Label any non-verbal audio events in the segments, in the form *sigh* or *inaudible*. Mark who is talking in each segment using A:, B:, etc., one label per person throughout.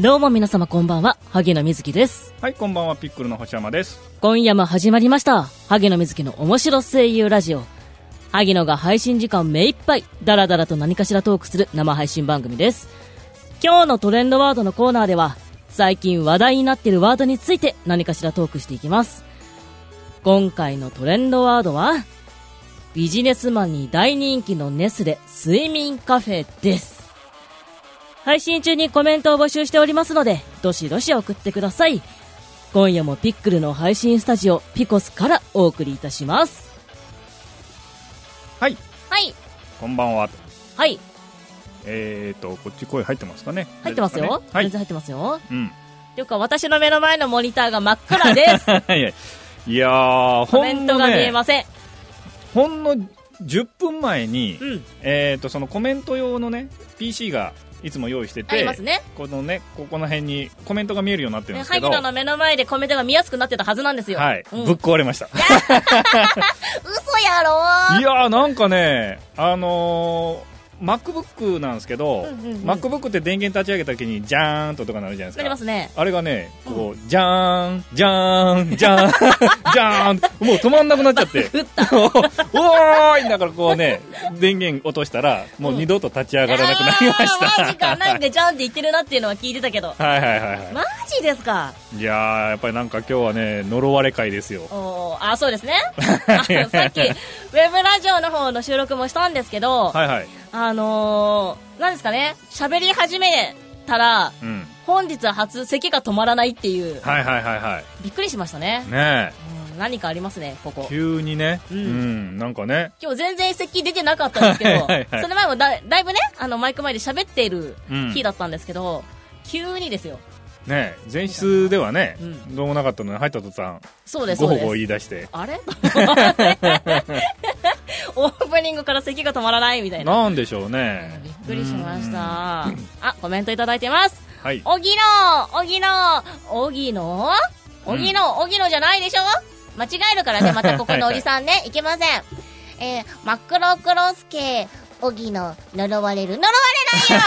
A: どうも皆様こんばんは、萩野瑞希です。
B: はい、こんばんは、ピックルの星山です。
A: 今夜も始まりました、萩野瑞希の面白声優ラジオ。萩野が配信時間目いっぱい、ダラダラと何かしらトークする生配信番組です。今日のトレンドワードのコーナーでは、最近話題になっているワードについて何かしらトークしていきます。今回のトレンドワードは、ビジネスマンに大人気のネスレ睡眠カフェです。配信中にコメントを募集しておりますので、どしどし送ってください。今夜もピックルの配信スタジオピコスからお送りいたします。
B: はい、
A: はい。
B: こんばんは。
A: はい。
B: えーと、こっち声入ってますかね
A: 入ってますよ。全然
B: 大丈
A: 入ってますよ。
B: 夫です
A: っていうか、私の目の前のモニターが真っ暗です。
B: *laughs* かねはい。うん。いやいやー、
A: コ
B: ほ
A: メ
B: ん
A: ント
B: の
A: が見え
B: ね、
A: ません。
B: ほんの10分前に、
A: うん。
B: えーと、そのコメント用のね、PC がいつも用意して
A: あり
B: て、
A: ますね。
B: このね、ここの辺にコメントが見えるようになってるんですけ
A: 萩
B: ど、
A: 野の目の前でコメントが見やすくなってたはずなんですよ。
B: はい、
A: うん
B: ぶっ壊れました。
A: 嘘やろ
B: いやー、なんかね、あのー、MacBook なんですけど、
A: うんうんうん
B: MacBook って電源立ち上げた時に、ジャーンととかなるじゃないです
A: な
B: か。
A: りますね。
B: あれがね、こう、じゃーん、じゃーん、じ *laughs* ゃーん、じゃーん、もう止まんなくなっちゃ
A: *laughs*
B: って。
A: 打った。
B: おーいだからこうね、電源落としたら、もう二度と立ち上がらなくなりました。
A: あーマジか。なんでジャンって言ってるなっていうのは聞いてたけ
B: *laughs*
A: ど。
B: はいはいはいは
A: マジですか。
B: い。いやー、やっぱりなんか今日はね、呪われ会ですよ。
A: おーあそう
B: *laughs*
A: ですねあのさっきウェブラジオの方の収録もしたんですけど、
B: はいはい。
A: あのー、なんですかね喋り始めたら
B: うん。
A: 本日初咳が止まらないっていう
B: はいはいはいはい。
A: びっくりしましたね、
B: ね
A: うん何かありますねこ
B: え
A: こ
B: 急にね、う、
A: うんん
B: なんかね、
A: 今日全然咳出てなかったんですけど
B: *laughs* はいはい
A: その前もだだいぶねあのマイク前で喋っている
B: うん
A: 日だったんですけど、急にですよ
B: ねえ前室ではね、
A: うん
B: どうもなかったのに入った途端、
A: そうです
B: ご
A: そう
B: ほ
A: です
B: ご言い出して。
A: あれ *laughs* オープニングから咳が止まらないみたいな
B: なんでしょうね。
A: びっくりしました。あ、コメントいただいてます。
B: うん。はい。
A: おぎのおぎのおぎのおぎのおぎのじゃないでしょ間違えるからね、またここのおじさんね。いけません。えー、マクロクロスケ、おぎの呪われる。呪わ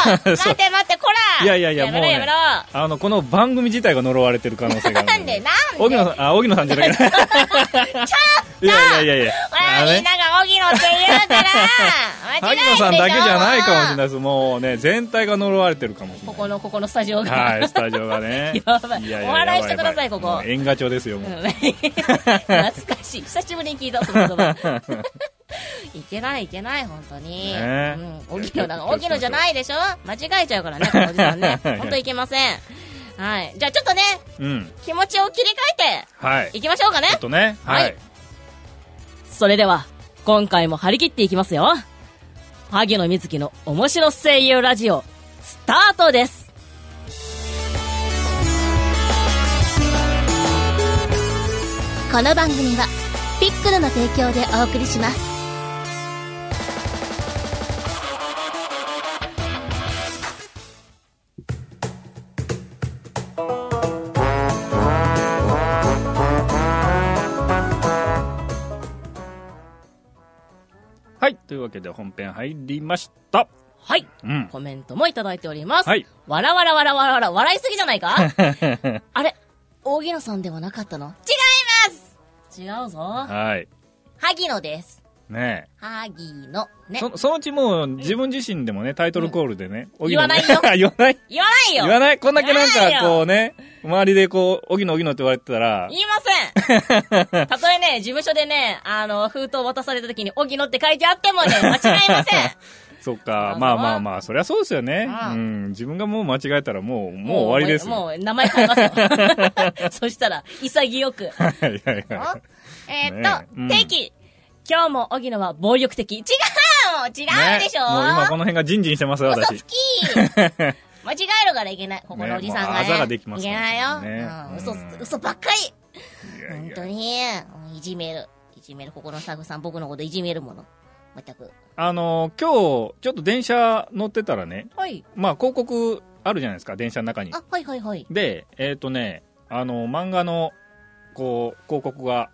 A: れないよ待って待って、こら
B: いやいやいや
A: めろ
B: もうね
A: やめろ
B: あの、この番組自体が呪われてる可能性がある。
A: なんでなんで
B: 荻野さん、あ、荻野さんじゃなくて。いやいやいやいや。
A: ほら、みんながおぎのって言うから間違え
B: 萩
A: るでしょ
B: 野さんだけじゃないかもしれない
A: い。
B: です。もうね、全体が呪われてるかもしれ
A: こ
B: な
A: こ
B: い。
A: の、ここのスタジオが。。
B: はい、スタジオがね
A: *laughs* やばいお笑いしてください
B: やば
A: ここ
B: もう縁が帳ですよ、も
A: *laughs*
B: う。
A: 懐かしい久しぶりに聞いたその言葉
B: *laughs*
A: いけないいけない本当に、
B: ね
A: うん、大きいのなんか大きいのじゃないでしょ間違えちゃうからねこのおじさんね
B: *laughs* はい
A: 本当いけませんはいじゃあちょっとね
B: うん。
A: 気持ちを切り替え
B: はい。
A: て
B: ち
A: いきましょうかね
B: ょっとね、は
A: はいい。それでは今回も張り切っていきますよ萩野瑞希の面白声優ラジオスタートです
C: この番組はピックルの提供でお送りします
B: はい。というわけで本編入りました。
A: はい
B: うん。
A: コメントもいただいております。
B: はい
A: わらわらわらわらわら、笑いすぎじゃない
B: *laughs*
A: かあれ、大野さんではなかったの違います違うぞ。
B: はい。
C: 萩野です
B: ね
C: 萩野
B: え。
C: ね
B: そそのうちもう自分自身でもね、タイトルコールでね、
A: 言わないよ
B: 荻野ね *laughs* 言わない
A: 言わないよ
B: 言わないこんだけなん
A: 言わない
B: か
A: よ
B: こうね、周りでこう、おぎのおぎのって言われてたら、
A: 言いませ
B: *laughs*
A: んたとえね、事務所でね、あの、封筒渡された時に、荻野って書いてあってもね、間違いません
B: そっか、
A: そう
B: まあまあまあ、そりゃそうですよね。
A: ああ
B: うん、自分がもう間違えたらもう、 *laughs* もう終わりですよ。
A: もう、もう名前変え
B: *laughs*
A: ますよ。そしたら、潔く。
B: はいはいは
C: え
B: い。
C: ーっ
B: ね
C: と、
B: えうん
A: 定期今日も荻野は暴力的。違う
C: あーもう違うでしょ、
B: ねもう今この辺がジンジンしてますよ、私。
C: キー間違えるからいけ
B: *laughs*
C: ないここのおじさんがね
B: ねもうあざができます
C: い
B: か
C: け
B: ら
C: ないよ、
B: ね
C: うん、嘘
B: うん
C: 嘘ばっかり
B: いやい
C: 本
B: や
C: 当にうんいじめるいじめるここのスタッフさん僕のこといじめるものまったく
B: あのー、今日、ちょっと電車乗ってたらね、
A: はい。
B: まあ広告あるじゃないですか、電車の中に。
C: あはいはいはい
B: で、えっ、とね、あの、漫画の、こう、広告が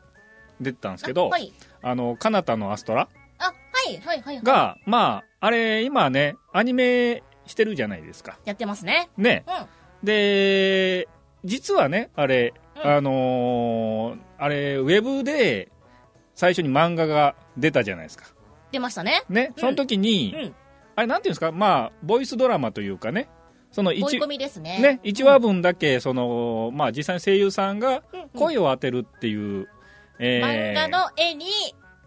B: 出てたんですけど、
C: あはい
B: あの、かなたのアストラ
C: あはいはいはいはい
B: が、まあ、あれ、今ね、アニメしてるじゃないですか。
A: やってますね。
B: ね。
C: うん
B: で、実はね、あれ、
D: うん
B: あのーあれ、ウェブで最初に漫画が出たじゃないですか。
A: 出ましたね。
B: ね、その時に、
D: うん
B: あれ、なんていうんですか、まあ、ボイスドラマというかね、その一
A: 追い込みですね。
B: ね、1話分だけ、その、まあ、実際に声優さんが
A: うんうん
B: 声を当てるっていう、え
A: 漫
B: ー
A: 画の絵に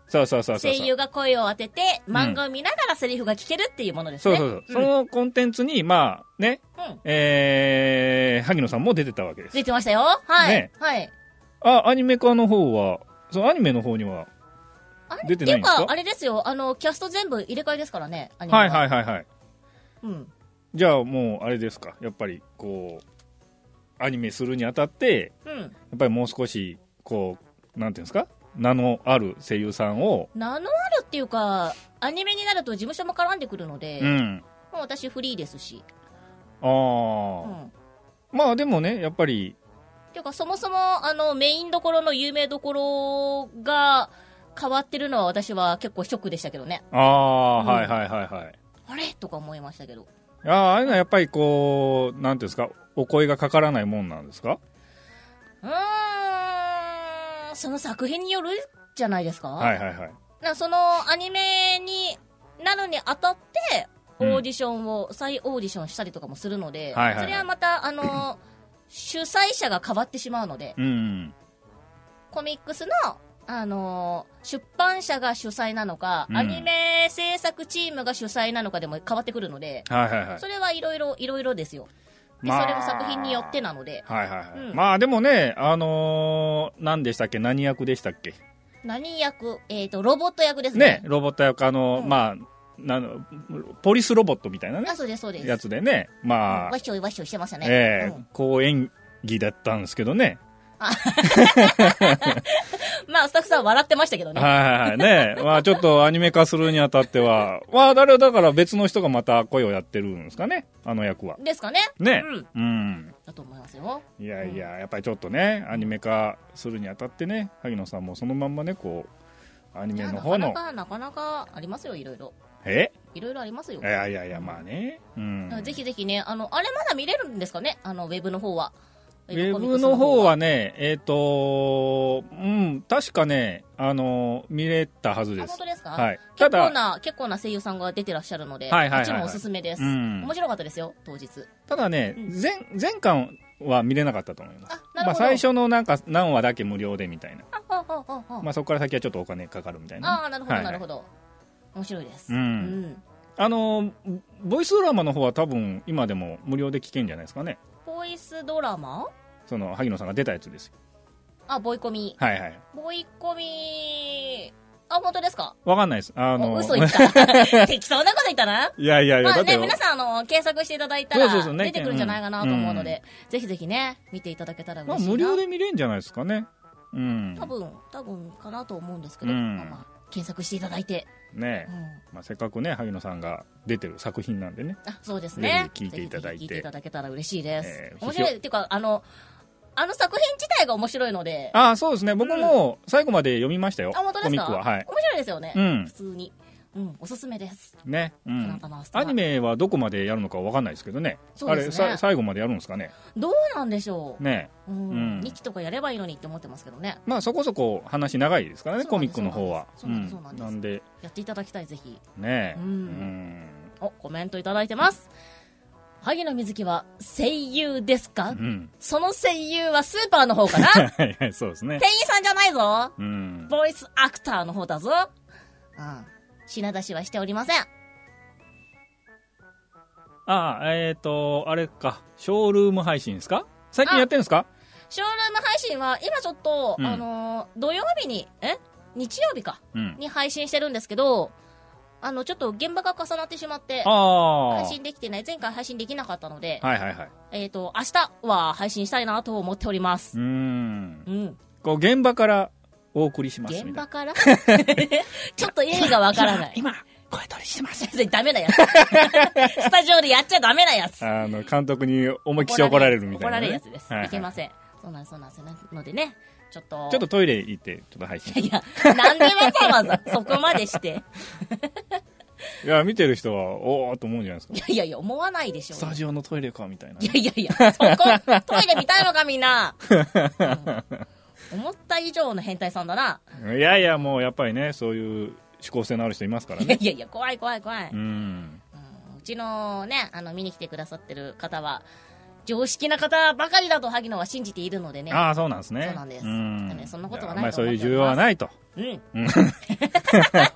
B: そうそうそうそう
A: 声
B: そう。
A: 優が声を当てて、
B: ん
A: 漫画を見ながらセリフが聞けるっていうものです
B: そう
A: ね。
B: そうそう。そのコンテンツに、まあ、ね、
A: うん
B: えー、萩野さんも出てたわけです
A: 出。てましたよ。はい。
B: ね
A: はい。
B: あ、アニメ化の方は、そのアニメの方には、
A: あれ
B: 出てないんですか
A: っていうか、あれですよ。あの、キャスト全部入れ替えですからね。アニメ。
B: はいはいいはいはい。
A: うん。
B: じゃあもう、あれですか、やっぱり、こう、アニメするにあたって、
A: うん。
B: やっぱりもう少し、こう、なんていうんですか、名のある声優さんを、
A: 名のあるっていうか、アニメになると事務所も絡んでくるので、
B: う
A: も
B: ん。
A: う私フリーですし。
B: ああ、
A: うん。
B: まあでもね、やっぱり、
A: っていうか、そもそも、あの、メインどころの有名どころが変わってるのは私は結構ショックでしたけどね。
B: ああ、
A: うん
B: はいはいはいはい。
A: あれとか思いましたけど。
B: ああ、ああいうのはやっぱりこう、なんていうんですか、お声がかからないもんなんですか
A: うーん、その作品によるじゃないですか。
B: はいはいはい。
A: なそのアニメになるにあたってオ
B: うん
A: ーディションを、再オーディションしたりとかもするので、
B: はいはいはい
A: それはまたあの主催者が変わってしまうので
B: うん。
A: コミックスのあの出版社が主催なのか、
B: うん
A: アニメ制作チームが主催なのかでも変わってくるので、
B: はいはいはい。
A: それはいろいろいろいろですよで、
B: まあ
A: それも作品によってなので
B: はいはいはい。
A: うん
B: まあでもね、あのー、何でしたっけ何役でしたっけ
A: 何役、えー、とロボット役です
B: ね
A: ね、
B: ロボット役、あのー、
A: うん
B: まあ、なの、ポリスロボットみたいなね
A: あ、そうですそうです
B: やつでね、ま
A: わ
B: あ
A: っ、しょいわっしょいしてましたね、
B: ええ
A: うん
B: こう演技だったんですけどね。
A: まあスタッフさん笑ってましたけどね
B: はいはいは
A: *laughs*
B: い。ねまあちょっとアニメ化するにあたっては、まあ誰だから別の人がまた声をやってるんですかね、あの役は。
A: ですかね
B: ね。
A: うん
B: うん。
A: だと思いますよ
B: いやいや、やっぱりちょっとね、アニメ化するにあたってね、萩野さんもそのまんまね、こう、アニ
A: い
B: メ
A: や
B: の
A: な
B: 方
A: かな
B: の、
A: かなかなかありますよいろいろ
B: え
A: いろいろありますよ
B: いやいやいや、まあね。うん。
A: ぜひぜひねあのあれまだ見れるんですかねあのウェブの方は
B: ウェブの方はね、えっ、とうん、確かね、あの見れたはず
A: あ
B: で
A: 本
B: す
A: 当。ですか、
B: はい。
A: 結
B: た
A: 構
B: だ、
A: な結構な声優さんが出てらっしゃるので、
B: はいはいはいはい
A: こっちもおすすめです、
B: うん
A: 面白かったですよ当日
B: ただね、
A: うん
B: 前、前巻は見れなかったと思います。
A: あなるほど、
B: まあ、最初のなんか何話だけ無料でみたいな。
A: あああああ、
B: まあ、そこから先はちょっとお金かかるみたいな。
A: あーなるほど
B: はい
A: なるほど、面白いです
B: うんあのボイスドラマの方は多分今でも無料で聞けんじゃないですかね。
A: ボイスドラマ
B: その、萩野さんが出たやつですよ。
A: あボイコミ
B: はいはい。
A: ボイコミあ本当ですか
B: わかんないです。あの
A: お嘘
B: *laughs*
A: 言った。適当なこと言ったな。
B: いやいやいや、
A: ま
B: だ
A: あ
B: って
A: ね、、皆さん、あの、検索していただいた
B: そうそうそう
A: ら、
B: ね
A: 出てくるんじゃないかなと思うので、ぜひぜひね、見ていただけたら
B: まあ、
A: 嬉しいな。
B: 無料で見れんじゃないですかね。うん。
A: 多分、多分かなと思うんですけど、
B: うん
A: まあまあ、検索していただいて、
B: ね
A: うん
B: まあ、せっかくね萩野さんが出てる作品なんでね
A: あ、そうですね。
B: ぜひ聞いていただいて
A: ぜひぜひ聞いていただけたら嬉しいです。
B: えー
A: 面白い。っていうか、あの、あの作品自体が面白いので、
B: ああそうですね僕も最後まで読みましたよ、
A: あ本当
B: コ
A: です
B: ミ
A: か
B: ックはは
A: 面
B: い
A: 白いですよね。
B: うん
A: 普通に。うん、おすすめです。
B: ね、う
A: あなんたの明日は
B: アニメはどこまでやるのかわかんないですけどね
A: そうですね
B: あれさ最後までやるんですかね
A: どうなんでしょう。
B: ね
A: うん
B: うん
A: 2期とかやればいいのにって思ってますけどね。
B: まあそこそこ話長いですからね
A: そう
B: コ
A: なんです
B: ミックの方は
A: そうなんですそうなんです
B: なんで
A: やっていただきたい、ぜひ。
B: ね
A: うん
B: うん
A: お、コメントいただいてます。萩野瑞希は声優ですか、
B: うん
A: その声優はスーパーの方
B: *laughs*
A: かな店
B: はいはいそうですね
A: 員さんじゃないぞ
B: うん
A: ボイスアクターの方だぞうん。品出しはしておりません。
B: ああえっ、とあれかショールーム配信ですか最近やってるんですか
A: ショールーム配信は今ちょっと、
B: うん
A: あのー土曜日に、え日曜日か
B: うん
A: に配信してるんですけど、あの、ちょっと現場が重なってしまって、
B: あ
A: 配信できてない。前回配信できなかったので、
B: あはいはいはい
A: えっ、と、明日は配信したいなと思っております
B: う。ん
A: うん。
B: こう現場からお送りしますみ
A: 現
B: たい
A: 場
B: な。
A: から *laughs* ちょっと意味がわからない。
B: *laughs* 今、今声取りしてます。
A: 先生ダメなやつ。 *laughs* スタジオでやっちゃダメなやつ。
B: あの、監督に思いっきし怒られるみたい
A: 怒ら
B: な、ね。
A: れるやつです。、
B: はい。
A: けますせん。そうなんです、そうなんです。なのでね、ちょっと。
B: ちょっと。トイレ行って、ちょっと配信。
A: いや、なんでわざわざそこまでして。
B: *laughs* いや、見てる人は、おーっと思うんじゃないですか。
A: いやいやいや、思わないでしょ
B: ス
A: う
B: タ
A: よ。
B: ジオのトイレか、みたいな。
A: いやいやいや、そこ、トイレ見たいのかみんな、うん思った以上の変態さんだな。
B: いやいや、もうやっぱりね、そういう思考性のある人いますから
A: い
B: *laughs*
A: や
B: ね。
A: いやいや、怖い怖い怖い。
B: うん。
A: うんうちのね、あの、見に来てくださってる方は、常識な方ばかりだと萩野は信じているのでね。
B: ああ、そうなんですね。
A: そうなんですだからねそんなことはない
B: まあ、
A: と
B: そう
A: 思
B: い
A: っ
B: う
A: ております
B: 需要はないと。
A: うん。 *laughs*
B: うん
A: 何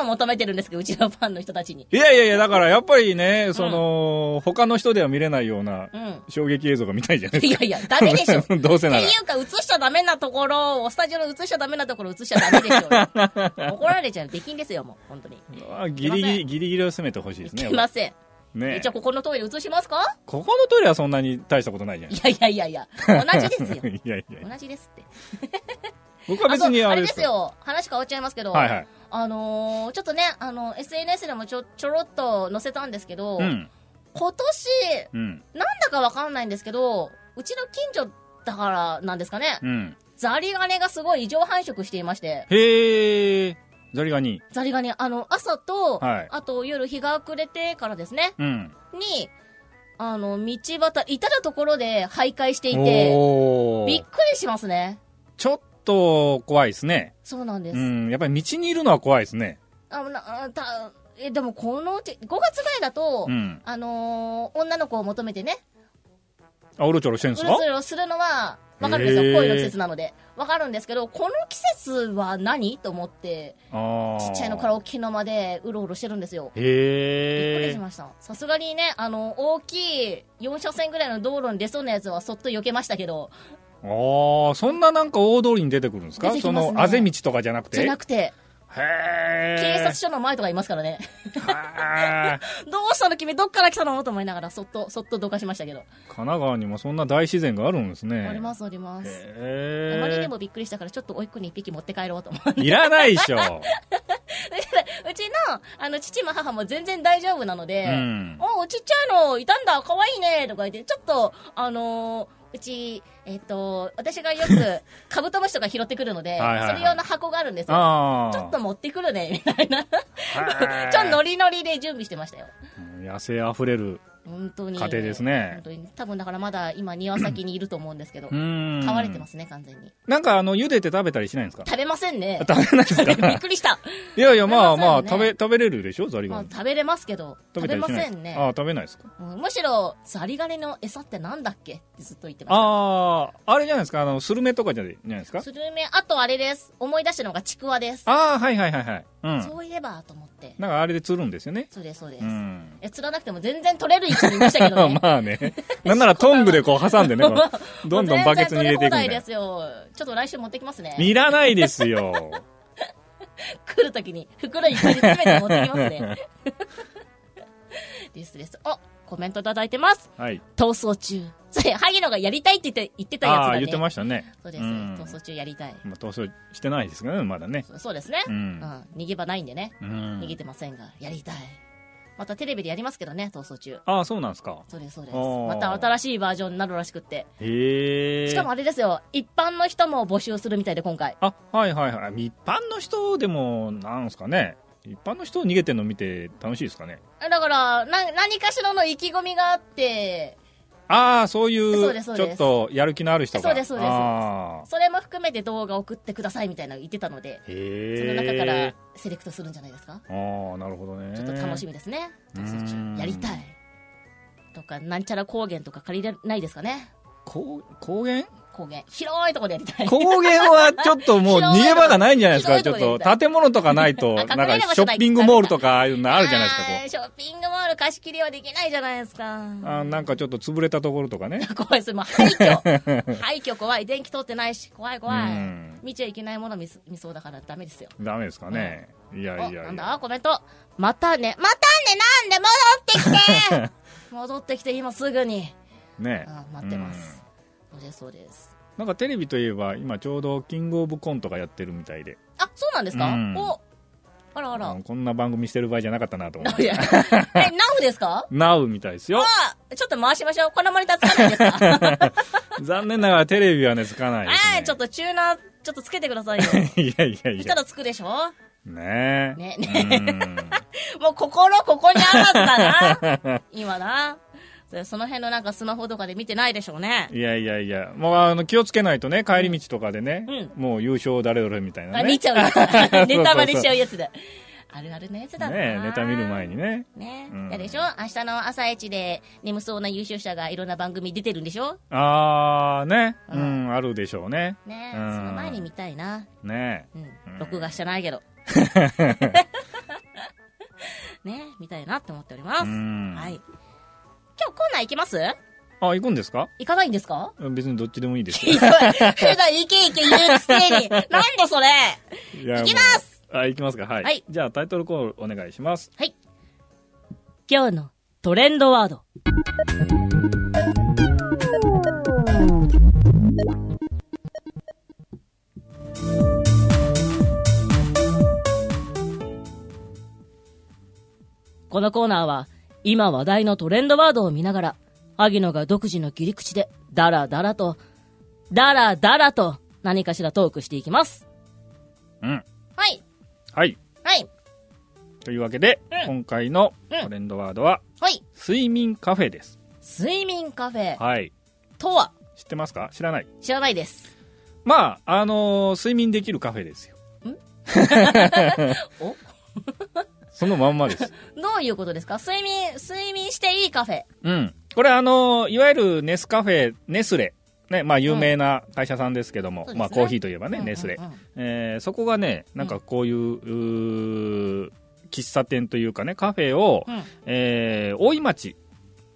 A: を求めてるんですか、うちのファンの人たちに。
B: いやいやいや、だからやっぱりね、その、他の人では見れないような
A: うん。
B: 衝撃映像が見たいじゃな
A: *laughs*
B: い
A: い
B: です
A: やいや、ダメでしょ。っ
B: か。ど *laughs* うせ
A: て
B: なら。
A: いうか、映しちゃダメなところを、スタジオの映しちゃダメなところ映しちゃダメでしょ
B: *laughs*
A: うよ。怒られちゃう。出禁ですよ、もう。本当に。
B: あギリギリ、ギリギリを攻めてほしい
A: い
B: ですね。
A: けません。
B: ね
A: じゃあ、ここのトイレ映しますか
B: ここのトイレはそんなに大したことないじゃない
A: い
B: で
A: やいやいやいや、同じですす
B: *laughs* か。
A: よ。
B: いやいやいや。
A: 同じですって。
B: 僕は別に
A: あそう
B: あ
A: あ
B: れ
A: れ
B: で
A: ですす
B: よ。
A: よ。話変わっちゃいますけど。
B: はいはい。
A: あのーちょっとね、あの、SNS でもちょ、ちょろっと載せたんですけど、
B: うん。
A: 今年、
B: うん。
A: なんだかわかんないんですけど、うちの近所だからなんですかね、
B: うん。
A: ザリガニがすごい異常繁殖していまして、
B: へえ。ザリガニ。
A: ザリガニ、あの、朝と、
B: はい
A: あと夜日が暮れてからですね、
B: うん。
A: に、あの、道端、至るところで徘徊していて、
B: お
A: びっ
B: ー
A: くりしますね。
B: ちょっと怖いですね。
A: そうなんです。
B: うん。やっぱり道にいるのは怖いですね。
A: あなあたえでもこのうち、5月ぐらいだと、
B: うん。
A: あのー女の子を求めてね、
B: あ、うろちょろしてるんで
A: う
B: す
A: る
B: か
A: つるするのはわかるんです
B: へー
A: よ恋の季節なのでわかるんですけどこの季節は何と思って
B: ああ。
A: ちっちゃいのカラオケの間でうろうろしてるんですよびっくり
B: へ
A: し
B: え。
A: ましたさすがにねあの大きい4車線ぐらいの道路に出そうなやつはそっと避けましたけど
B: ああ、そんななんか大通りに出てくるんですか
A: 出てき
B: そ
A: ますね
B: の、あぜ道とかじゃなくて
A: じゃなくて
B: へ
A: 警
B: え。
A: 察署の前とかいますからね *laughs*
B: はー
A: どうしたの君どっから来たのと思いながらそっとそっとどかしましたけど
B: 神奈川にもそんな大自然があるんですね。
A: ありますありますあ
B: へ
A: まりに
B: え。
A: もびっくりしたからちょっとおいっ子に一匹持って帰ろうと思って
B: いらないでしょ。
A: うちのあの父も母も全然大丈夫なので、
B: *laughs* うん。
A: おうちっちゃいのいたんだ可愛いねとか言ってちょっとあのーうちえっ、と私がよくカブトムシとか拾ってくるので
B: *laughs* はいはいはい
A: それ用の箱があるんですよ
B: ああ。
A: ちょっと持ってくるねみたいなち *laughs*
B: へー
A: ょっとノリノリで準備してましたよ
B: 野生あふれる。
A: 本当に
B: 家庭ですね
A: 本当に多分だからまだ今庭先にいると思うんですけど
B: うん。。
A: 飼われてますすね完全に
B: なんかあの、茹でて食べたりしないんですか
A: 食べませんね
B: あ *laughs* 食べ
A: *laughs*
B: ないです
A: びっ
B: か
A: くり
B: *laughs*
A: した、
B: いやいや、まあ
A: 食べま
B: ま
A: せ
B: あ、
A: んね
B: 食べ、食べれるでしょザリ
A: ま
B: ガ
A: あ
B: ニ。
A: 食べれますけど食
B: 食べた
A: べ
B: り
A: ま
B: しない
A: せ
B: です
A: んね
B: ああ、食べないですか
A: うんむしろザリガニの餌ってなんだっけってずっと言ってました
B: ああ、あれじゃないですかあの、スルメとかじゃないじゃないですか
A: スルメ、あとあれです。思い出したのがちくわです。
B: ああ、はいはいはいはい。うん。
A: そういえばと思って。
B: なんかあれで釣るんですよね。
A: そうです、そうです。
B: うん。
A: え、釣らなくても全然取れる位置にいましたけどね。
B: *laughs* まあね。なんならトングでこう
A: *laughs*
B: 挟んでね、こうどんどんバケツに入れて
A: もう *laughs* 全然取れ放
B: いくみた
A: 題
B: いな
A: で。すよ。ちょっと来週持ってきますね。
B: いらないで
A: *laughs*
B: すよ。
A: 来るときに、袋に取り詰めて持ってきます
B: *laughs*
A: ね。ですです。お、コメントいただいてます。
B: はい。
A: 逃走中。それ、萩野がやりたいって言って、言ってたやつだ
B: あ
A: ね。
B: あ、言ってましたね。
A: そうです。
B: うん
A: 逃走中やりたい。
B: まあ、投票してないですけどね、まだね。
A: そうそうですね。
B: う
A: うんん。。逃げ場ないんでね。
B: うん
A: 逃げてませんが、やりたい。またテレビでやりますけどね、逃走中。
B: ああ、そうなんですか。
A: そうですそうです
B: あー
A: また新しいバージョンになるらしくって
B: へえ。
A: しかもあれですよ一般の人も募集するみたいで今回
B: あ、はいはいはい。一般の人でも、なんですかね。一般の人逃げてるの見て楽しいですかね。
A: だからな何かしらの意気込みがあって
B: ああ、そうい
A: そう
B: う、
A: です
B: ち
A: そうで
B: ょっ
A: す
B: とやる気のある人が。
A: そうですそうです
B: あ
A: それも含めて動画送ってくださいみたいなの言ってたので
B: ー
A: その中か
B: へ
A: ら
B: え。
A: セレクトするんじゃないですか
B: ああ、なるほどね。
A: ちょっと楽し
B: み。
A: みですね
B: う
A: 逃
B: ん
A: 走中やりたいとかなんちゃら高原とか借りれないですかね
B: 高高原
A: 高原広いところでやりたい
B: 高原はちょっともう逃げ場がないんじゃないですか。
A: ひ
B: ち
A: どい
B: ょ
A: とこ
B: っと建物とかないと、
A: *laughs* あ
B: なん
A: 隠れる場所ない
B: かショッピングモールとかああいうのあるじゃないですか、こ
A: あーショッピングモール貸し切りはできないじゃないですか
B: う。あーなんかちょっと潰れたところとかね。
A: 怖いそれもう廃
B: *laughs*
A: 墟廃墟怖い電気通ってないし怖い怖い
B: うん
A: 見ちゃいけないもの見す見そうだからダメですよ
B: ダメですかね。いやいや
A: お
B: い
A: な
B: や。
A: んだコメントまたねまたねなん
B: *laughs*
A: で戻ってきて戻ってきて今すぐに
B: ね
A: あ待ってます、そうですそうです
B: うんなんかテレビといえば今ちょうどキングオブコントがやってるみたいで
A: あそうなんですか、
B: うん
A: おあらあら、
B: うんこんな番組してる場合じゃなかったなと思
A: *laughs*
B: っ
A: い
B: て
A: やえナウですか *laughs*
B: なうみたいですよ
A: あちょっと回しましょうこのモニターつかないです
B: *laughs*
A: か
B: 残念ながらテレビはねつかないです、ね
A: あ、ーちょっとチューナーちょっとつけてくださいよ
B: *laughs* いやいや
A: そ
B: いや
A: したらつくでしょ
B: ね
A: ね
B: え。ね
A: もう心ここにあらずだ
B: *laughs*
A: な。今な。それその辺のなんかスマホとかで見てないでしょうね。
B: いやいやいや、もうあの気をつけないとね、帰り道とかでね、
A: う
B: もう優勝誰々みたいな
A: あ、
B: ね。
A: 見ちゃうやつだ。
B: う *laughs* そう
A: ネタバレしちゃうやつだ。あるあるのやつだな。
B: ねえネタ見る前にね。
A: ね
B: うん
A: やるでしょ明日の朝一で眠そうな優勝者がいろんな番組出てるんでしょ
B: あーね、う、
A: うん
B: あるでしょうね。
A: ね
B: うん
A: その前に見たいな。
B: ね
A: うん
B: うん。
A: 録画してない
B: *laughs*
A: けど。ね見たいなって思っております。は
B: う
A: い。
B: ん
A: 今日コーナー行きます
B: あ、行くんですか
A: 行かないんです
B: *laughs*
A: か
B: 別にどっちでもいいです
A: ひど *laughs* い。
B: よ。
A: 普段行け行け言うくせに。なんだそれ。
B: いや
A: 行きます
B: もうあ、行きますか、はい。
A: はい
B: じゃあタイトルコールお願いします。
D: 今日のトレンドワード。このコーナーは今話題のトレンドワードを見ながら萩野が独自の切り口でダラダラとダラダラと何かしらトークしていきます
B: うん。
A: はい。
B: はい。
A: はい。
B: というわけで、
A: うん
B: 今回の
A: うん
B: トレンドワードは、
A: はい。
B: 睡眠カフェです。
A: 睡眠カフェ
B: はい。
A: とは
B: 知ってますか知らない。
A: 知らないです。
B: まあ、あのー睡眠できるカフェですよ。
A: お
B: そのまんまです。
A: どういうことですか睡眠、睡眠していいカフェ。
B: うん。これあの、いわゆるネスカフェ、ネスレ。ね、まあ有名な会社さんですけども、
A: そうですね
B: まあコーヒーといえば
A: う
B: ね、
A: んうんうん
B: ネスレ。えーそこがね、なんかこういう、うー喫茶店というかね、カフェを、
A: うん。
B: えー大井町、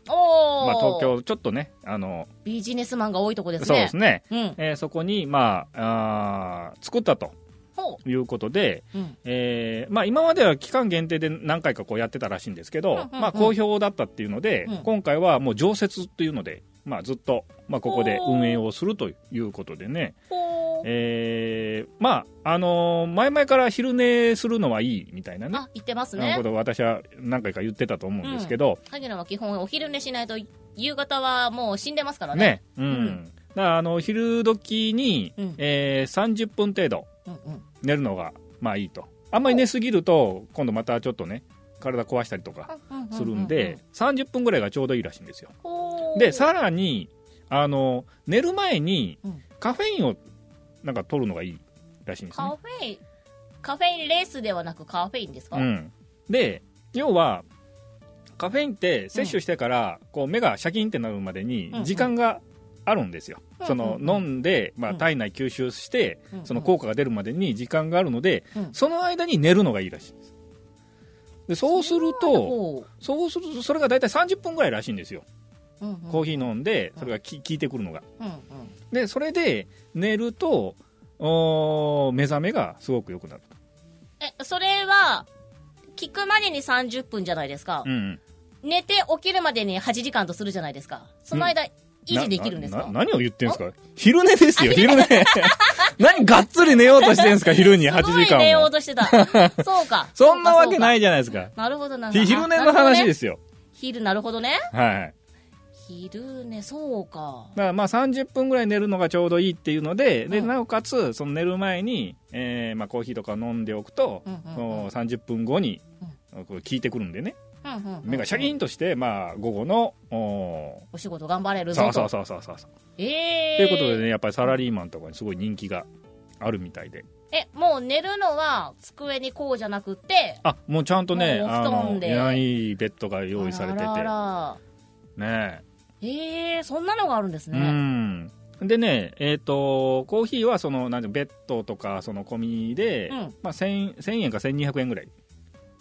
A: おー。
B: まあ東。京、ちょっとね、あの、
A: ビジネスマンが多いとこですね。
B: そうです
A: ね。う
B: ね、
A: ん。
B: えーそこに、まあ、あー作ったと
A: ほ
B: いうことで、
A: う。うん。
B: えーまあ、今までは期間限定で何回かこうやってたらしいんですけ
A: う
B: ど、
A: んうんうん
B: まあ、好評だったっていうので、
A: うん
B: 今回はもう常設というので、まあ、ずっと、まあ、ここで運営をするということでね、
A: ほう。
B: えーまああのー前々から昼寝するのはいいみたいなね
A: あ、言ってます
B: な
A: ね
B: こ。とを私は何回か言ってたと思うんですけど、
A: 萩野は基本お昼寝しないと夕方はもう死んでますからね。
B: ねうん
A: うん
B: だからあの昼時に、
A: うん
B: えー30分程度
A: うんうん。
B: 寝るのがまあいいとあんまり寝すぎると今度またちょっとね体壊したりとかするんで、30分ぐらいがちょうどいいらしいんですよ
A: ほう。
B: でさらにあの寝る前に
A: うん
B: カフェインをなんか取るのがいいらしいんです
A: カ
B: ね、
A: フェイン、カフェインレースではなくカフェインですか、
B: うん、で要はカフェインって摂取してから、こう目がシャキンってなるまでに
A: うんうん
B: 時間があるんですよ、
A: うん
B: その
A: うんうん
B: 飲んで、まあ、
A: うん
B: 体内吸収して、
A: うんうん
B: その効果が出るまでに時間があるので、
A: うん
B: その間に寝るのがいいらしいんですでそうすると
A: ほ
B: そうするとそれが大体30分ぐらいらしいんですよ
A: う、うんうん
B: コーヒー飲んで
A: うん
B: それがき効いてくるのが
A: うんうん
B: でそれで寝るとおー目覚めがすごく良くなると、
A: え、それは、聞くまでに30分じゃないですか。
B: うんうん
A: 寝て起きるまでに8時間とするじゃないですか。その間、維持できるんですか
B: なな何を言ってんすか昼寝ですよ昼寝 *laughs* 何がっつり寝ようとしてんすか昼に8
A: す
B: 時
A: ごい寝よう
B: 間も
A: と
B: *laughs*
A: してた。そうか。。
B: そんなわけないいじゃないですか
A: なるほどな。。
B: ひ昼寝の話ですすよ、
A: 昼、なるほどね。
B: はい
A: 昼寝、そうか。
B: だからまあ30分ぐらい寝るのがちょうどいいっていうのでで
A: うん
B: なおかつその寝る前に、えーまあ、コーヒーとか飲んでおくと、
A: うんうんうん
B: こう30分後にこう効いてくるんでね
A: うんうんうん
B: 目がシャキーンとして、まあ、午後のお
A: お仕事頑張れる
B: ー
A: ぞ
B: そ
A: と。
B: うそうそうそうそうそう
A: ええ
B: ということでねやっぱりサラリーマンとかにすごい人気があるみたいで
A: え、もう寝るのは机にこうじゃなくて、
B: あもうちゃんとね
A: もうお
B: あ
A: 布
B: の
A: 団
B: い
A: で
B: やいいベッドが用意されてて
A: あらあら
B: ね
A: ええそんなのがあるんです
B: えう
A: ね。
B: んでねえっ、とコーヒーはそのなんていうのベッドとかその込みで、
A: うん
B: まあ、1000, 1000円か1200円ぐらい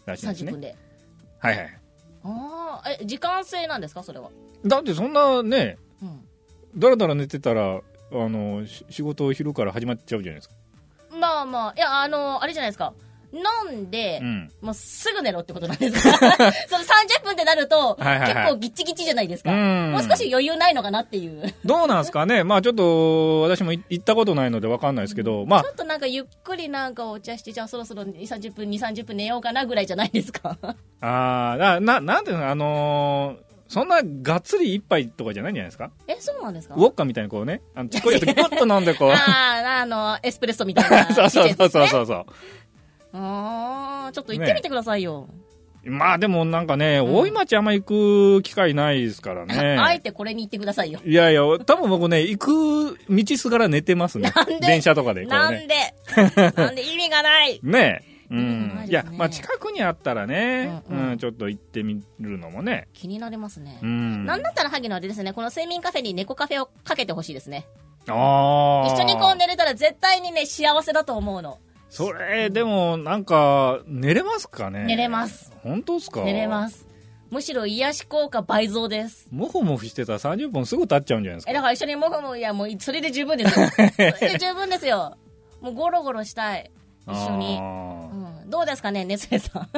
B: らしいんです
A: 30
B: ね
A: 分で。
B: はいはい
A: ああ、え、時間制なんですか、それは。
B: だってそんなね
A: うん。
B: だらだら寝てたらあのし仕事昼から始まっちゃうじゃないですか
A: まあまあ、いや、あの、あれじゃないですか。飲んで、
B: うん
A: もうすぐ寝ろってことなん
B: *laughs*
A: ですかその30分ってなると、
B: はいはいはい
A: 結構ギッチギチじゃないですか。
B: うん
A: もう少し余裕ないのかなっていう。ち
B: どうなんですかね、 *laughs* まあ、ちょっと私もい行ったことないので分かんないですけど、まあ
A: ょ、っとなんかゆっくりなんかお茶して、じゃあそろそろ2、30分、2、30分寝ようかなぐらいじゃないですか。 *laughs*
B: あーなななんていうの、あのーそんながっつり一杯とかじゃないんじゃないですか、
A: え、そうなんですか
B: ウォッカみたいにこうね、あ
A: *laughs*
B: のちっこいやつ、ぐっと飲んでこう、 *laughs*
A: ああ、あの、エスプレッソみたいな。
B: そうそうそうそうそうそう、
A: あーちょっと行ってみてくださいよ、
B: まあでもなんかね、
A: ん
B: 大井町あんま行く機会ないですから
A: *laughs*
B: ね。
A: あえてこれに行ってくださいよ
B: いやいや、多分僕ね、行く道すがら寝てますね
A: なんで。
B: 電車とかでこ
A: な
B: うんね。
A: でなんで意味が
B: *laughs*
A: ない
B: ねえ。う
A: うんない
B: ん
A: で。すね
B: いや、まあ近くにあったらね、
A: う
B: うん
A: うん
B: ん、ちょっと行ってみるのもね。
A: 気になりますね、
B: うん。
A: なんだったら萩のあれですねこの睡眠カフェに猫カフェをかけてほしいですね
B: ああ。
A: 一緒にこう寝れたら絶対にね幸せだと思うの
B: それ、でもなんか、寝れますかね
A: 寝れま。す
B: 本当ですか。
A: 寝れますすむしろ癒し効果倍増です
B: もふもふしてたら30分すぐ経っちゃうんじゃないです
A: え
B: か。
A: だから一緒にもぐもぐいやもうそれで十分
B: *laughs*
A: ですよそれで十分ですよもうゴロゴロしたい一緒に、
B: あ
A: うん、どうですかねネスレ
B: *laughs*
A: さん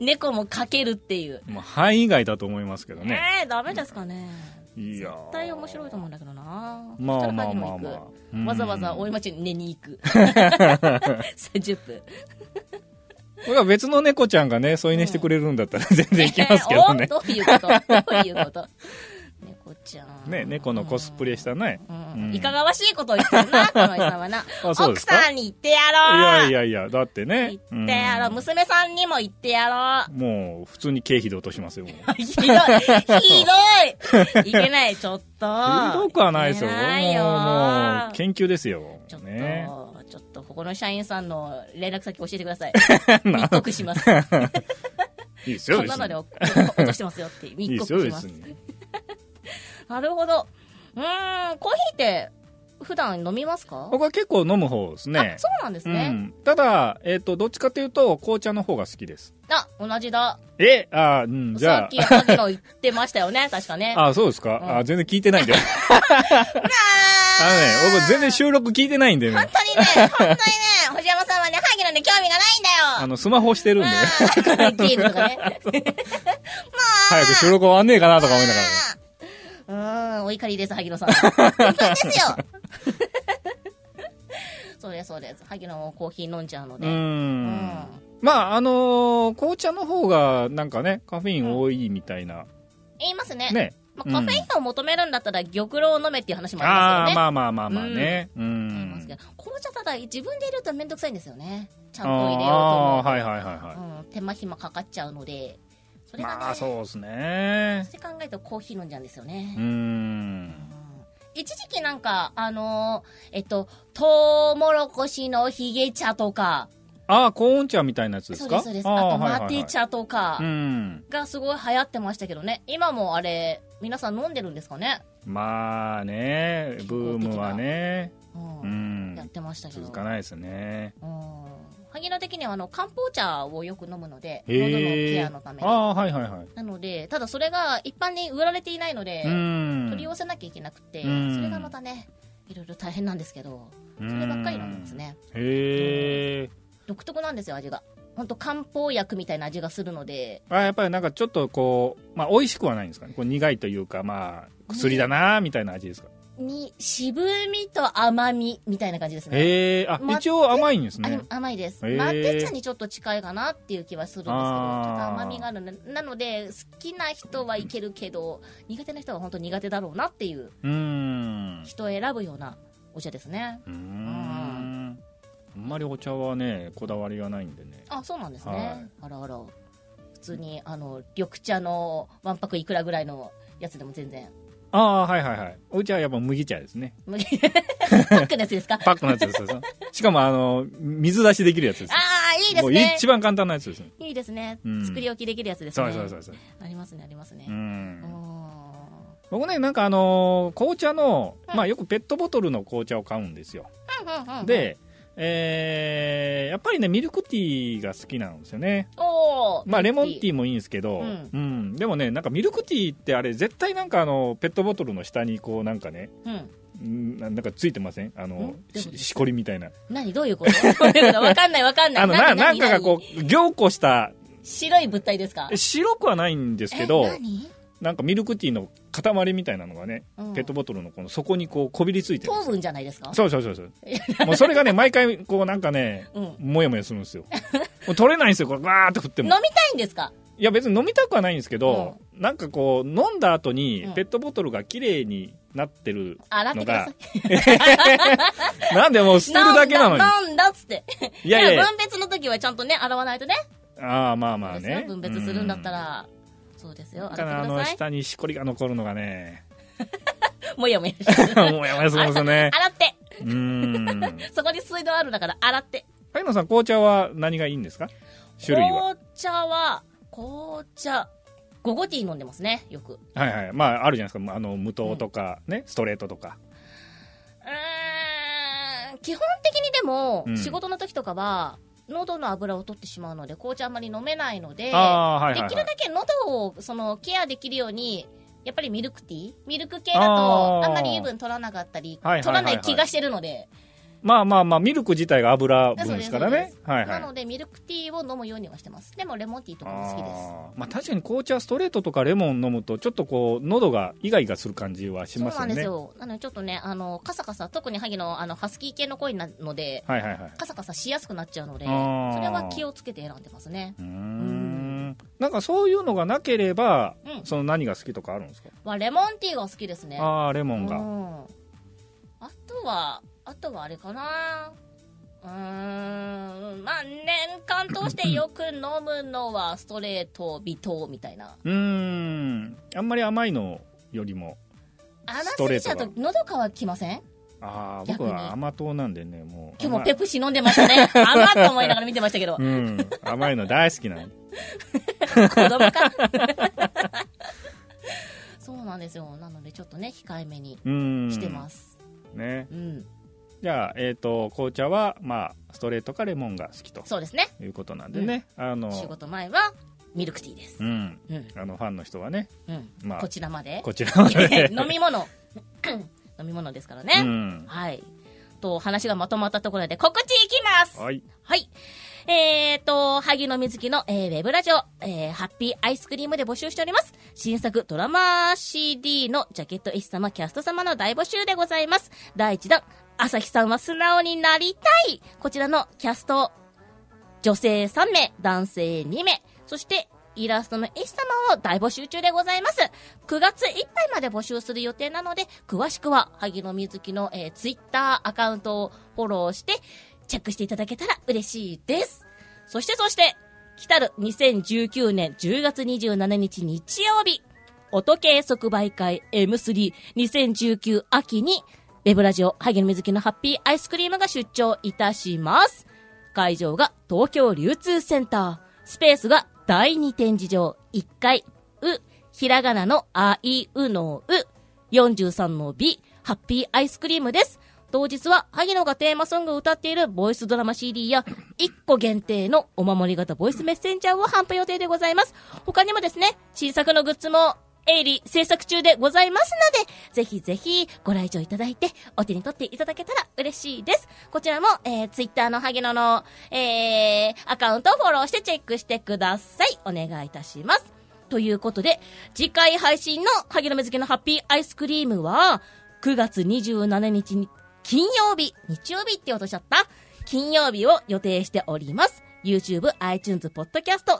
A: 猫もかけるっていう
B: ー。まあ範囲外だと思いますけど
A: ね
B: ね。
A: えダメですかね
B: いやー。
A: 絶対面白いと思うんだけどな
B: まあ
A: そした
B: ま
A: ら
B: あ
A: 萩
B: ま
A: 野
B: あま
A: 行
B: あ
A: く。
B: うん
A: わざわざ大井町に寝に行
B: *laughs*
A: く30分
B: これは別の猫ちゃんがね、添い寝してくれるんだったら全然行きますけど
A: *laughs* え
B: ね
A: ー。おどういうことどういうこと猫ちゃん
B: ね、猫のコスプレしたね。
A: うん
B: うん
A: いかがわしいことを言ってる
B: *laughs*
A: な、この人はな。
B: あそうで
A: 奥
B: すか
A: さんに言ってや
B: い
A: ろう
B: やいやいや、だってね。
A: 言ってやろう、娘さんにも言ってやろ
B: *laughs* うんもう、普通に経費で落としますよ。もう
A: うひどいひどいいけない、ちょっと。
B: ひどくはないですよ。
A: け
B: も、
A: ないうよ
B: もう、研究ですよ。
A: ちょっと、
B: ね。
A: ちょっと、ここの社員さんの連絡先教えてください。
B: *laughs* な
A: 密告します。こ
B: いいですよ、
A: ん
B: 別
A: なので
B: に。
A: *laughs* 落としてますよっていう
B: いい
A: 密
B: です
A: 告
B: よ、
A: しま
B: 別
A: す。
B: に。
A: なるほど。うーん、コーヒーって、普段飲みますか
B: 僕は結構飲む方ですね
A: あ。そうなんです
B: う
A: ね。
B: ん。ただ、えっと、どっちかというと、紅茶の方が好きです。
A: あ、同じだ。
B: え、あー、うん、じ
A: さっ
B: ゃ
A: き、萩野言ってましたよね、確かね。
B: *laughs* あ。あー、そうです
A: うん
B: か。あー、全然聞いてないん
A: *laughs*
B: で。あのね、僕全然収録聞いてないんで
A: *laughs*
B: ね
A: 本。当にね、本当にね、星山さんはね、萩野に興味がないん
B: あ
A: だよ。
B: の、スマホしてるんでね。
A: あー *laughs* ゲームとかね。
B: *laughs* 早く収録終わんねえかなとか思いながらね。
A: うーん、お怒りです、萩野さん。本当
B: *laughs*
A: ですよ。そうです、そうです。萩野もコーヒー飲んじゃうの
B: う
A: で。うん
B: ん。まあ、あのー紅茶の方が、なんかね、カフェイン多いみたいな。
A: 言いますね。
B: ね。
A: まあ、カフェインを求めるんだったら、玉露を飲めっていう話もありま
B: あ
A: すよね。
B: あ、まあまあまあまあね。う
A: あり
B: ん
A: ます。けど紅茶ただ自分で入れるとめんどくさいんですよねちゃんと入れようと
B: ああ
A: 思う
B: ー、はいはいはいは
A: と、うん、手間暇かかっちゃうのでそ
B: い。
A: れがね、
B: まあ、
A: そう
B: そうですね。
A: して考えるとコーヒー飲んじゃうんですよ
B: う
A: ね、
B: ん。
A: 一時期なんかあのーえっととうもろこしのひげ茶とか
B: ああ、コーン茶みたいなやつで
A: そ
B: す
A: うで
B: か
A: すそうです
B: あ
A: あ
B: あ
A: と
B: はいはい
A: マ
B: はい
A: テ茶とか
B: うん。
A: がすごい流行ってましたけどね今もあれ皆さん飲んでるんですかね、
B: まあね、ブームはね。
A: うん
B: うん
A: やっ。てましたけど
B: 続かないですね。
A: うん萩野的にはあの漢方茶をよく飲むので喉の
B: へ
A: ケ
B: え
A: アのため。に
B: ああ、はいはいはい。
A: なので、ただそれが一般に売られていないので、
B: うん。
A: 取り寄せなきゃいけなくて、
B: うん
A: それがまたね、いろいろ大変なんですけど、
B: うん
A: そればっかり飲んでます。ね。
B: へえ。
A: 独特なんですよ、味が。ほんと漢方薬みたいな味がするので、
B: あやっぱりなんかちょっとこう、まあ、美味しくはないんですかねこう苦いというか、まあ、薬だなみたいな味ですか、
A: に、渋みと甘みみたいな感じですね。
B: へえあ
A: 待って
B: 一応甘いんです
A: あで
B: ね
A: も甘いです。
B: へー
A: マテ茶にちょっと近いかなっていう気はするんですけど、ちょっと
B: あー
A: 甘みがあるので、なので、好きな人はいけるけど、苦手な人は本当苦手だろうなっていう、
B: うーん
A: 人を選ぶようなお茶ですね。
B: うーんあんまりお茶はねこだわりがないんでね
A: あそうなんですね、
B: はい
A: あらあら普通にあの緑茶のわんぱくいくらぐらいのやつでも全然
B: ああはいはいはいお茶はやっぱ麦茶ですね
A: 無理 *laughs* パックのやつ
B: *laughs*
A: ですか
B: パックのやつです
A: *laughs*
B: よしかもあの水出しできるやつです
A: ああいいで
B: も
A: す
B: う
A: ね
B: 一番簡単なやつですね
A: いいですね、
B: うん
A: 作り置きできるやつです
B: そ
A: ね
B: うそうそうそう
A: ありますねありますね
B: う、
A: うんん
B: 僕ねなんかあのー紅茶の、
A: うん
B: まあよくペットボトルの紅茶を買うんですよ
A: うんうん
B: で、えーやっぱりねミルクティーが好きなんですよね
A: お
B: まあレモンティ
A: ー
B: ーもいいんですけど、
A: う
B: うんんでもねなんかミルクティーってあれ絶対なんかあのペットボトルの下にこうなんかね
A: うん
B: んななんかついてませんあの
A: ん
B: ししこりみたいな
A: 何どういうこと *laughs* どういうことわかんないわかんない
B: あのな
A: 何
B: なん
A: 何
B: かがこう凝固した
A: 何白い物体ですか
B: 白くはないんですけど
A: え何
B: なんかミルクティーの塊みたいなのがね、
A: うん
B: ペットボトルのこの底にこうこびりついてるんで
A: 糖
B: すよ
A: 分じゃ *laughs* ないですか
B: そうそうそうそうもうそれがね毎回こうなんかね
A: うん *laughs*
B: もやもやするんですよ。もう取れないんですよ、これ、わーって振って
A: 飲み
B: も。
A: たいんですか
B: いや別に飲みたくはないんですけど、なんかこう飲んだ後に
A: うん
B: ペットボトルが綺麗になってる
A: 洗って
B: の
A: くだ
B: が
A: さい。、
B: なんでもう捨てるだけ
A: *laughs*
B: なのに
A: んだ、なんだっつって。
B: いやいや
A: 分別の時はちゃんとね、洗わないとね。
B: ああまあま
A: そ
B: あ
A: うです
B: ね
A: よ分別するんだったら。そうです
B: う
A: よ。
B: ん
A: 洗
B: ただ
A: っ
B: あ
A: てくだ
B: の
A: さい。
B: 下にしこりが残るのがね *laughs*
A: もやもやしてる。
B: もうやばいそうです
A: *laughs*
B: よね
A: 洗って
B: うーん
A: そこに水道あるんだから、洗って。
B: 萩野さん紅茶は何がいいんですか種類は
A: 紅茶は、紅茶、ゴゴティー飲んでますね、よく。う
B: はいはいまああるじゃないですかあの無糖とかね、ストレートとか
A: ーん、基本的にでも
B: う、ん
A: 仕事の時とかは、喉の油を取ってしまうので、紅茶あんまり飲めないので、
B: ああはいはい、
A: で
B: はい、
A: きるだけ喉をそのケアできるようにやっぱりミルクティーミルク系だと
B: あー
A: あんまり油分取らなかったり、
B: はいはいはいはい
A: 取らない気がしてるので、
B: まあまあまあミルク自体が油分ですから
A: そうで
B: ね
A: す
B: はいはい
A: なのでミルクティーを飲むようにはしてますでもレモンティーとかも好きです
B: あーまあ、確かに紅茶ストレートとかレモン飲むとちょっとこう喉がイガイガする感じはし
A: そう
B: ます
A: な
B: よ
A: んで
B: ね
A: すよなのでちょっとねあのカサカサ特に萩のあのハスキー系の声なので
B: はいはいはい
A: カサカサしやすくなっちゃうので
B: あ
A: それ
B: ー
A: は気をつけて選んでますね
B: うー
A: ん
B: んなんかそういうのがなければ、
A: うん
B: その何が好きとかあるんですか、
A: はレモンティーが好きですね
B: ああレモンが、
A: うん、あとはあとはあれかなうーんまあ年間通してよく飲むのはストレート微糖みたいな
B: うーんあんまり甘いのよりも
A: 甘
B: ス
A: す
B: トレ
A: ぎ
B: ー
A: ちゃ
B: ト
A: う
B: が
A: と喉乾きません
B: ああ僕は甘党なんでねもう
A: 今日も
B: 甘い
A: ペプシ飲んでましたね甘っと思いながら見てましたけ
B: *laughs*
A: ど
B: うん甘いの大好きなんで
A: 子供か *laughs* そうなんですよなのでちょっとね控えめに
B: うーん
A: してます
B: ね
A: うん、
B: じゃあえっ、と紅茶はまあストレートかレモンが好きと
A: そうですね
B: いうことなんでね、あの
A: 仕事前はミルクティーです
B: うん
A: うん
B: あのファンの人はね、
A: うん、
B: まあ
A: こちらまで
B: こちらまで
A: *laughs* 飲み物飲み物ですから
B: *laughs* う
A: ね、
B: ん、
A: はいと話がまとまったところで告知いきますはい、
B: はい、
A: えーと萩野瑞希の、えーウェブラジオ、えーハッピーアイスクリームで募集しております新作ドラマ CD のジャケット絵師様キャスト様の大募集でございます第1弾朝日さんは素直になりたいこちらのキャスト女性3名、男性2名、そしてイラストの絵師様を大募集中でございます。9月いっぱいまで募集する予定なので、詳しくは、萩野瑞希の、えー、ツイッターアカウントをフォローして、チェックしていただけたら嬉しいです。そしてそして、来たる2019年10月27日日曜日、音系即売会 M32019 秋に、ウェブラジオ、萩野瑞希のハッピーアイスクリームが出張いたします。会場が東京流通センター。スペースが第2展示場1階、う、ひらがなのあいうのう、43の B、ハッピーアイスクリームです。当日は、萩野がテーマソングを歌っているボイスドラマ CD や、1個限定のお守り型ボイスメッセンジャーを販布予定でございます。他にもですね、新作のグッズも、鋭利制作中でございますので、ぜひぜひご来場いただいて、お手に取っていただけたら嬉しいです。こちらも、えー、ツイッターの萩野の、えー、アカウントをフォローしてチェックしてください。お願いいたします。ということで、次回配信の萩野目付のハッピーアイスクリームは、9月27日に、金曜日、日曜日って落としちゃった金曜日を予定しております。YouTube、iTunes、Podcast、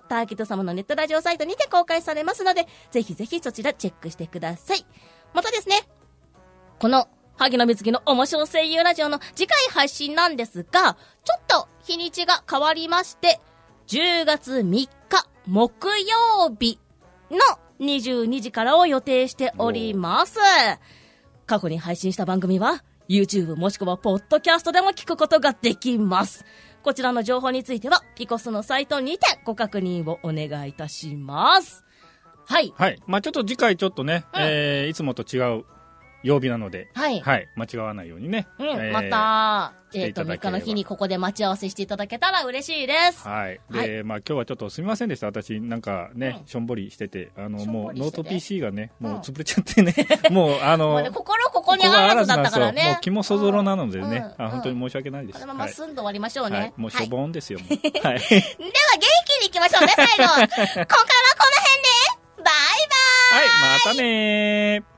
A: ターゲット様のネットラジオサイトにて公開されますので、ぜひぜひそちらチェックしてください。またですね、この、萩野美月の面白声優ラジオの次回配信なんですが、ちょっと日にちが変わりまして、10月3日木曜日の22時からを予定しております。過去に配信した番組は、YouTube もしくは Podcast でも聞くことができます。こちらの情報については、ピコスのサイトにてご確認をお願いいたします。はい。
B: はいまあ、ちょっと次回ちょっとね、
A: うん
B: えーいつもと違う曜日なので、
A: はい。
B: はい、間違わないようにね、
A: うん、
B: えー
A: また、えっ、と、
B: 来ていただ
A: 3
B: ければ
A: 日の日にここで待ち合わせしていただけたら嬉しいです。
B: はいでまあ、今日はちょっとすみませんでした私なんかね、
A: うん
B: しょんぼりしててあの
A: しょん
B: も
A: ぼ
B: う
A: りし
B: ノー
A: てて
B: ト PC がねもううん潰れちゃってね、 *laughs* もうあの
A: もうね、心ここに
B: ここが
A: あらずだ
B: なん
A: った
B: です
A: か
B: よ
A: らね。
B: もう気もそぞろなのでね、
A: うん
B: あ本当に申し訳ないで
A: こ
B: す、
A: のまま
B: はい
A: すんと終わりましょうね。
B: はい、もうしょ
A: はい
B: ぼんですよ、もうはい
A: では元気にいきましょう
B: *laughs*
A: ね、最後。今回はこの辺で、バイバイ
B: はい、またねー。